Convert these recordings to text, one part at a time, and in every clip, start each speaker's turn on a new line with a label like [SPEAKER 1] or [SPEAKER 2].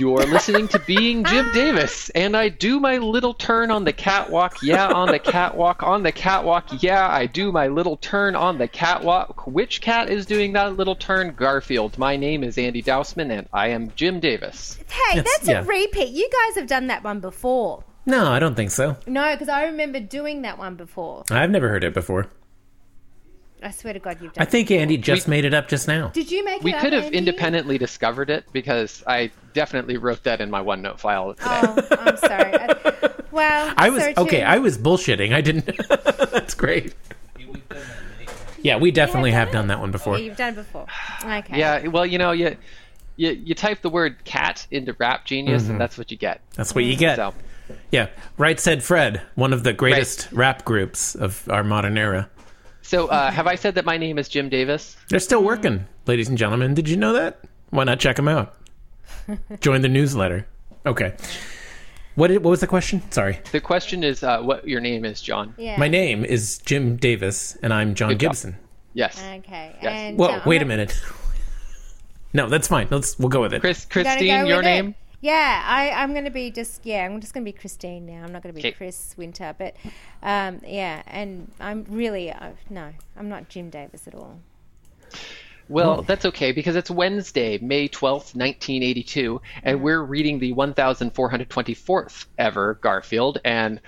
[SPEAKER 1] are listening to Being Jim Davis, and I do my little turn on the catwalk, yeah, on the catwalk, on the catwalk, yeah, I do my little turn on the catwalk. Which cat is doing that little turn? Garfield. My name is Andy Dousman, and I am Jim Davis.
[SPEAKER 2] Hey,
[SPEAKER 3] It's-
[SPEAKER 2] that's
[SPEAKER 3] yeah.
[SPEAKER 2] a repeat. You guys have done that one before.
[SPEAKER 3] No, I don't think so.
[SPEAKER 2] No, because I remember doing that one before.
[SPEAKER 3] I've never heard it before.
[SPEAKER 2] I swear to God, you've done.
[SPEAKER 3] I think Andy just
[SPEAKER 1] We-
[SPEAKER 3] made it up just now.
[SPEAKER 2] Did you make?
[SPEAKER 1] We
[SPEAKER 2] it up,
[SPEAKER 1] could have
[SPEAKER 2] Andy?
[SPEAKER 1] independently discovered it because I definitely wrote that in my OneNote file today.
[SPEAKER 2] Oh, I'm sorry. I, well,
[SPEAKER 3] I was
[SPEAKER 2] so too-
[SPEAKER 3] okay. I was bullshitting. I didn't. That's great. Yeah, we definitely have done that one
[SPEAKER 2] Yeah,
[SPEAKER 3] before.
[SPEAKER 2] you've done it before. Okay.
[SPEAKER 1] Yeah, well, you know, you, you you type the word cat into Rap Genius, and that's what you get.
[SPEAKER 3] That's what you get.
[SPEAKER 1] So,
[SPEAKER 3] Yeah, right said Fred, one of the greatest rap groups of our modern era.
[SPEAKER 1] so uh, have I said that my name is Jim Davis?
[SPEAKER 3] They're still working, ladies and gentlemen. Did you know that? Why not check them out? Join the newsletter. Okay. What did, what was the question? Sorry.
[SPEAKER 1] The question is uh, what your name is, John.
[SPEAKER 2] Yeah.
[SPEAKER 3] My name is Jim Davis, and I'm John
[SPEAKER 1] Good job.
[SPEAKER 3] Gibson.
[SPEAKER 1] Yes.
[SPEAKER 2] Okay.
[SPEAKER 1] Yes.
[SPEAKER 2] And
[SPEAKER 3] Whoa,
[SPEAKER 2] uh,
[SPEAKER 3] wait a
[SPEAKER 2] I'm-
[SPEAKER 3] minute. no, that's fine. Let's we'll go with it.
[SPEAKER 1] Chris,
[SPEAKER 2] I'm gonna
[SPEAKER 1] Christine,
[SPEAKER 2] go
[SPEAKER 1] your
[SPEAKER 2] with it.
[SPEAKER 1] name?
[SPEAKER 2] Yeah, I, I'm going to be just yeah, I'm just going to be Christine now. I'm not going to be
[SPEAKER 1] Okay.
[SPEAKER 2] Chris Winter, but um, yeah, and I'm really uh, no, I'm not Jim Davis at all.
[SPEAKER 1] Well, that's okay because it's Wednesday, May 12th, 1982, and we're reading the 1424th ever Garfield. And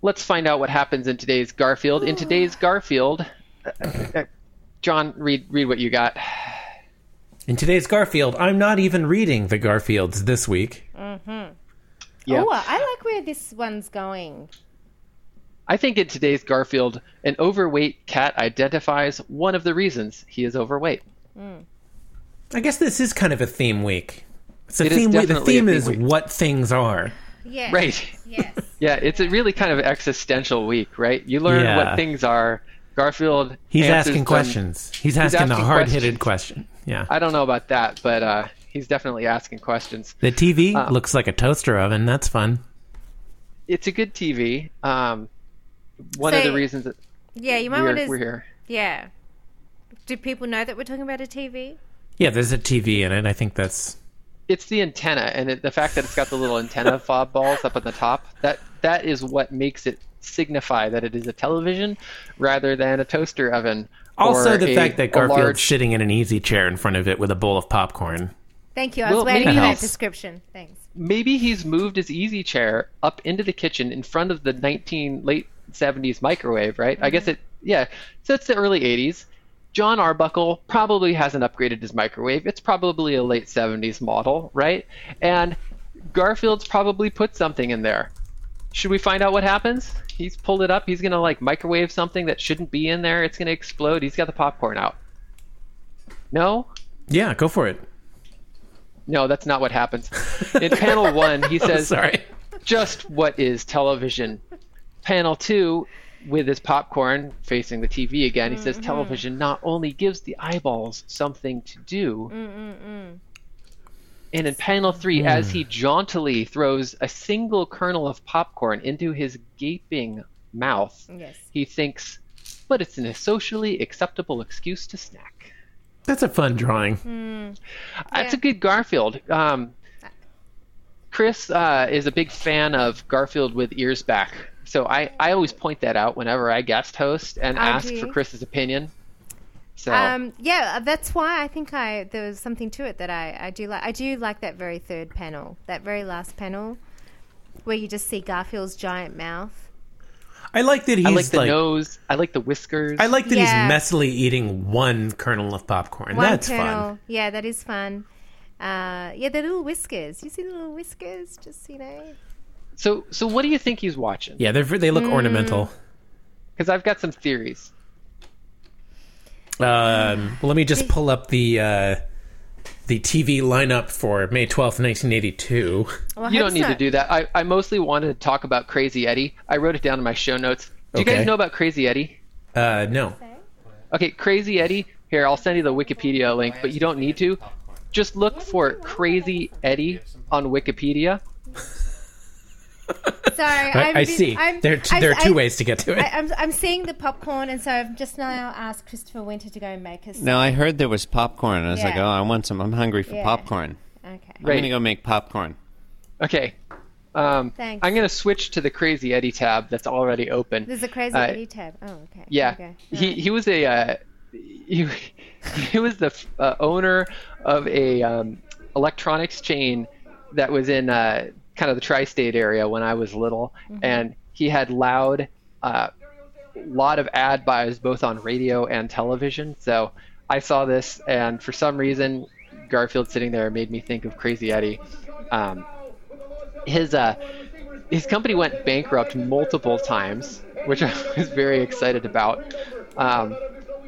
[SPEAKER 1] let's find out what happens in today's Garfield. In today's Garfield, uh, uh, John, read, read what you got.
[SPEAKER 3] In today's Garfield, I'm not even reading the Garfields this week.
[SPEAKER 1] Yeah.
[SPEAKER 2] Oh, I like where this one's going.
[SPEAKER 1] I think in today's Garfield, an overweight cat identifies one of the reasons he is overweight.
[SPEAKER 3] I guess this is kind of a theme week. It's a
[SPEAKER 1] It is
[SPEAKER 3] theme week. The
[SPEAKER 1] definitely a
[SPEAKER 3] theme
[SPEAKER 1] theme
[SPEAKER 3] is
[SPEAKER 1] week.
[SPEAKER 3] what things are.
[SPEAKER 2] Yeah.
[SPEAKER 1] Right.
[SPEAKER 2] Yes.
[SPEAKER 1] Yeah, it's a really kind of existential week, right? You learn
[SPEAKER 3] Yeah.
[SPEAKER 1] what things are. Garfield.
[SPEAKER 3] He's
[SPEAKER 1] answers
[SPEAKER 3] asking
[SPEAKER 1] them.
[SPEAKER 3] questions. He's asking the
[SPEAKER 1] asking
[SPEAKER 3] hard hitted question. Yeah.
[SPEAKER 1] I don't know about that, but uh, he's definitely asking questions.
[SPEAKER 3] the TV
[SPEAKER 1] Uh.
[SPEAKER 3] looks like a toaster oven. That's fun.
[SPEAKER 1] It's a good TV. Um, one of
[SPEAKER 2] So-
[SPEAKER 1] the reasons that
[SPEAKER 2] yeah, you might
[SPEAKER 1] we're,
[SPEAKER 2] want to.
[SPEAKER 1] we're here.
[SPEAKER 2] Yeah. Do people know that we're talking about a TV?
[SPEAKER 3] Yeah, there's a TV in it. I think that's.
[SPEAKER 1] It's the antenna, and it, the fact that it's got the little antenna fob balls up on the top. That that is what makes it signify that it is a television rather than a toaster oven.
[SPEAKER 3] Also,
[SPEAKER 1] or
[SPEAKER 3] the
[SPEAKER 1] a-
[SPEAKER 3] fact that
[SPEAKER 1] a
[SPEAKER 3] Garfield's
[SPEAKER 1] large-
[SPEAKER 3] sitting in an easy chair in front of it with a bowl of popcorn.
[SPEAKER 2] Thank you. I was
[SPEAKER 1] Well,
[SPEAKER 2] waiting
[SPEAKER 1] maybe
[SPEAKER 2] for that
[SPEAKER 1] that's-
[SPEAKER 2] description. Thanks.
[SPEAKER 1] maybe he's moved his easy chair up into the kitchen in front of the 19 late 70s microwave right i guess it yeah so it's the early 80s john arbuckle probably hasn't upgraded his microwave it's probably a late 70s model right and garfield's probably put something in there should we find out what happens he's pulled it up he's gonna like microwave something that shouldn't be in there it's gonna explode he's got the popcorn out no
[SPEAKER 3] Yeah, go for it.
[SPEAKER 1] no that's not what happens in panel one he says
[SPEAKER 3] Sorry.
[SPEAKER 1] just what is television. Panel two, with his popcorn facing the TV again, he says television not only gives the eyeballs something to do. And in panel three, as he jauntily throws a single kernel of popcorn into his gaping mouth,
[SPEAKER 2] Yes.
[SPEAKER 1] he thinks, but it's a socially acceptable excuse to snack.
[SPEAKER 3] That's a fun drawing.
[SPEAKER 1] That's a good Garfield. Um, Chris uh, is a big fan of Garfield with ears back, so I, I always point that out whenever I guest host and
[SPEAKER 2] Oh,
[SPEAKER 1] ask
[SPEAKER 2] do you?
[SPEAKER 1] for Chris's opinion. So
[SPEAKER 2] Um, yeah, that's why I think I there was something to it that I, I do like. I do like that very third panel, that very last panel, where you just see Garfield's giant mouth.
[SPEAKER 3] I like that he's
[SPEAKER 1] I like the
[SPEAKER 3] like.
[SPEAKER 1] nose, I like the whiskers.
[SPEAKER 3] I like that
[SPEAKER 2] Yeah.
[SPEAKER 3] he's messily eating one kernel of popcorn.
[SPEAKER 2] One
[SPEAKER 3] that's
[SPEAKER 2] kernel.
[SPEAKER 3] fun.
[SPEAKER 2] Yeah, that is fun. Uh, yeah, the little whiskers. You see the little whiskers? Just you know.
[SPEAKER 1] so so what do you think he's watching?
[SPEAKER 3] Yeah, they're, they
[SPEAKER 2] Mm.
[SPEAKER 3] look ornamental.
[SPEAKER 1] Because I've got some theories.
[SPEAKER 3] Um, well, let me just pull up the uh, the TV lineup for May twelfth, nineteen eighty two.
[SPEAKER 2] Well, I
[SPEAKER 1] You don't
[SPEAKER 2] hope it's
[SPEAKER 1] need to
[SPEAKER 2] not-
[SPEAKER 1] do that. I, I mostly wanted to talk about Crazy Eddie. I wrote it down in my show notes. Do you
[SPEAKER 3] Okay.
[SPEAKER 1] guys know about Crazy Eddie?
[SPEAKER 3] Uh, no,
[SPEAKER 1] Okay, Crazy Eddie. Here, I'll send you the Wikipedia link, but you don't need to. Just look for Crazy Eddie on Wikipedia.
[SPEAKER 2] Sorry,
[SPEAKER 3] I,
[SPEAKER 2] I'm
[SPEAKER 3] I
[SPEAKER 2] bus-
[SPEAKER 3] see.
[SPEAKER 2] I'm-
[SPEAKER 3] there, are t-
[SPEAKER 2] I'm-
[SPEAKER 3] there are two
[SPEAKER 2] I-
[SPEAKER 3] ways to get to it.
[SPEAKER 2] I, I'm, I'm seeing the popcorn, and so I've just now asked Christopher Winter to go and make us.
[SPEAKER 4] Now I heard there was popcorn. and I was like,
[SPEAKER 2] Yeah.
[SPEAKER 4] oh, I want some. I'm hungry for
[SPEAKER 2] Yeah.
[SPEAKER 4] popcorn.
[SPEAKER 2] Okay.
[SPEAKER 4] I'm gonna go make popcorn.
[SPEAKER 1] Okay. Um,
[SPEAKER 2] Thanks.
[SPEAKER 1] I'm going to switch to the Crazy Eddie tab that's already open.
[SPEAKER 2] There's a crazy
[SPEAKER 1] Uh,
[SPEAKER 2] Eddie tab. Oh, okay.
[SPEAKER 1] Yeah,
[SPEAKER 2] Okay.
[SPEAKER 1] he he was a uh, he, he was the uh, owner of a um, electronics chain that was in uh, kind of the tri-state area when I was little, and he had loud uh, lot of ad buys both on radio and television. So I saw this, and for some reason, Garfield sitting there made me think of Crazy Eddie. Um, his uh, his company went bankrupt multiple times, which I was very excited about. Um,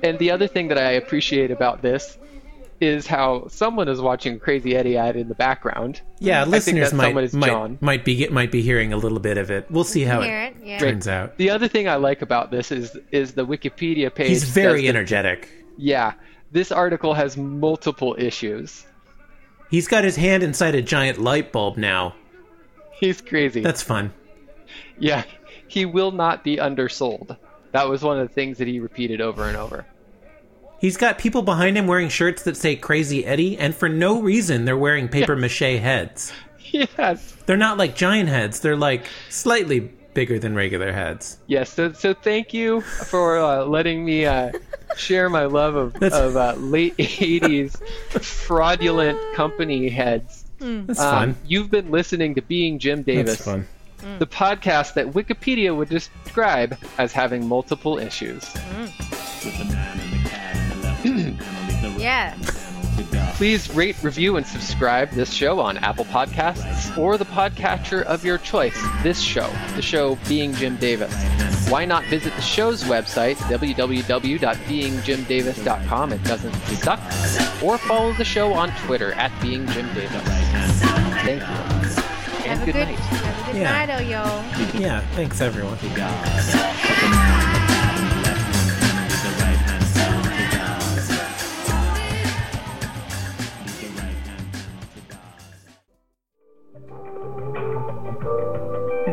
[SPEAKER 1] and the other thing that I appreciate about this is how someone is watching Crazy Eddie ad in the background.
[SPEAKER 3] Yeah,
[SPEAKER 1] that's
[SPEAKER 3] listeners
[SPEAKER 1] someone
[SPEAKER 3] might
[SPEAKER 1] is John.
[SPEAKER 3] might, might be get- might be hearing a little bit of it. We'll see how
[SPEAKER 2] Hear
[SPEAKER 3] it
[SPEAKER 2] it? Yeah.
[SPEAKER 3] turns out.
[SPEAKER 1] The other thing I like about this is is the Wikipedia page.
[SPEAKER 3] He's very
[SPEAKER 1] does the-
[SPEAKER 3] energetic.
[SPEAKER 1] yeah. This article has multiple issues.
[SPEAKER 3] He's got his hand inside a giant light bulb now.
[SPEAKER 1] He's crazy.
[SPEAKER 3] That's fun.
[SPEAKER 1] Yeah, he will not be undersold. That was one of the things that he repeated over and over.
[SPEAKER 3] He's got people behind him wearing shirts that say Crazy Eddie, and for no reason, they're wearing paper mache heads.
[SPEAKER 1] Yes.
[SPEAKER 3] They're not like giant heads, they're like slightly bigger than regular heads.
[SPEAKER 1] Yes. So, so thank you for uh, letting me uh, share my love of,
[SPEAKER 3] That's-
[SPEAKER 1] of uh, late 80s fraudulent company heads.
[SPEAKER 3] That's
[SPEAKER 1] Um,
[SPEAKER 3] fun.
[SPEAKER 1] you've been listening to Being Jim Davis,
[SPEAKER 3] That's fun.
[SPEAKER 1] the podcast that Wikipedia would describe as having multiple issues.
[SPEAKER 4] with the nine and the cat and the left and the right
[SPEAKER 2] Yeah.
[SPEAKER 4] and the dog.
[SPEAKER 1] Please rate, review, and subscribe this show on Apple Podcasts or the podcatcher of your choice. This show, the show being Jim Davis. Why not visit the show's website, www.beingjimdavis.com? It doesn't suck. Or follow the show on Twitter at beingjimdavis. Thank you.
[SPEAKER 2] Have
[SPEAKER 1] And
[SPEAKER 2] a
[SPEAKER 1] good
[SPEAKER 2] good,
[SPEAKER 1] night.
[SPEAKER 2] have a good
[SPEAKER 3] Yeah.
[SPEAKER 2] night, oh y'all.
[SPEAKER 3] Yeah, thanks everyone.
[SPEAKER 4] With the right hand down to dogs. With the right hand down to dogs.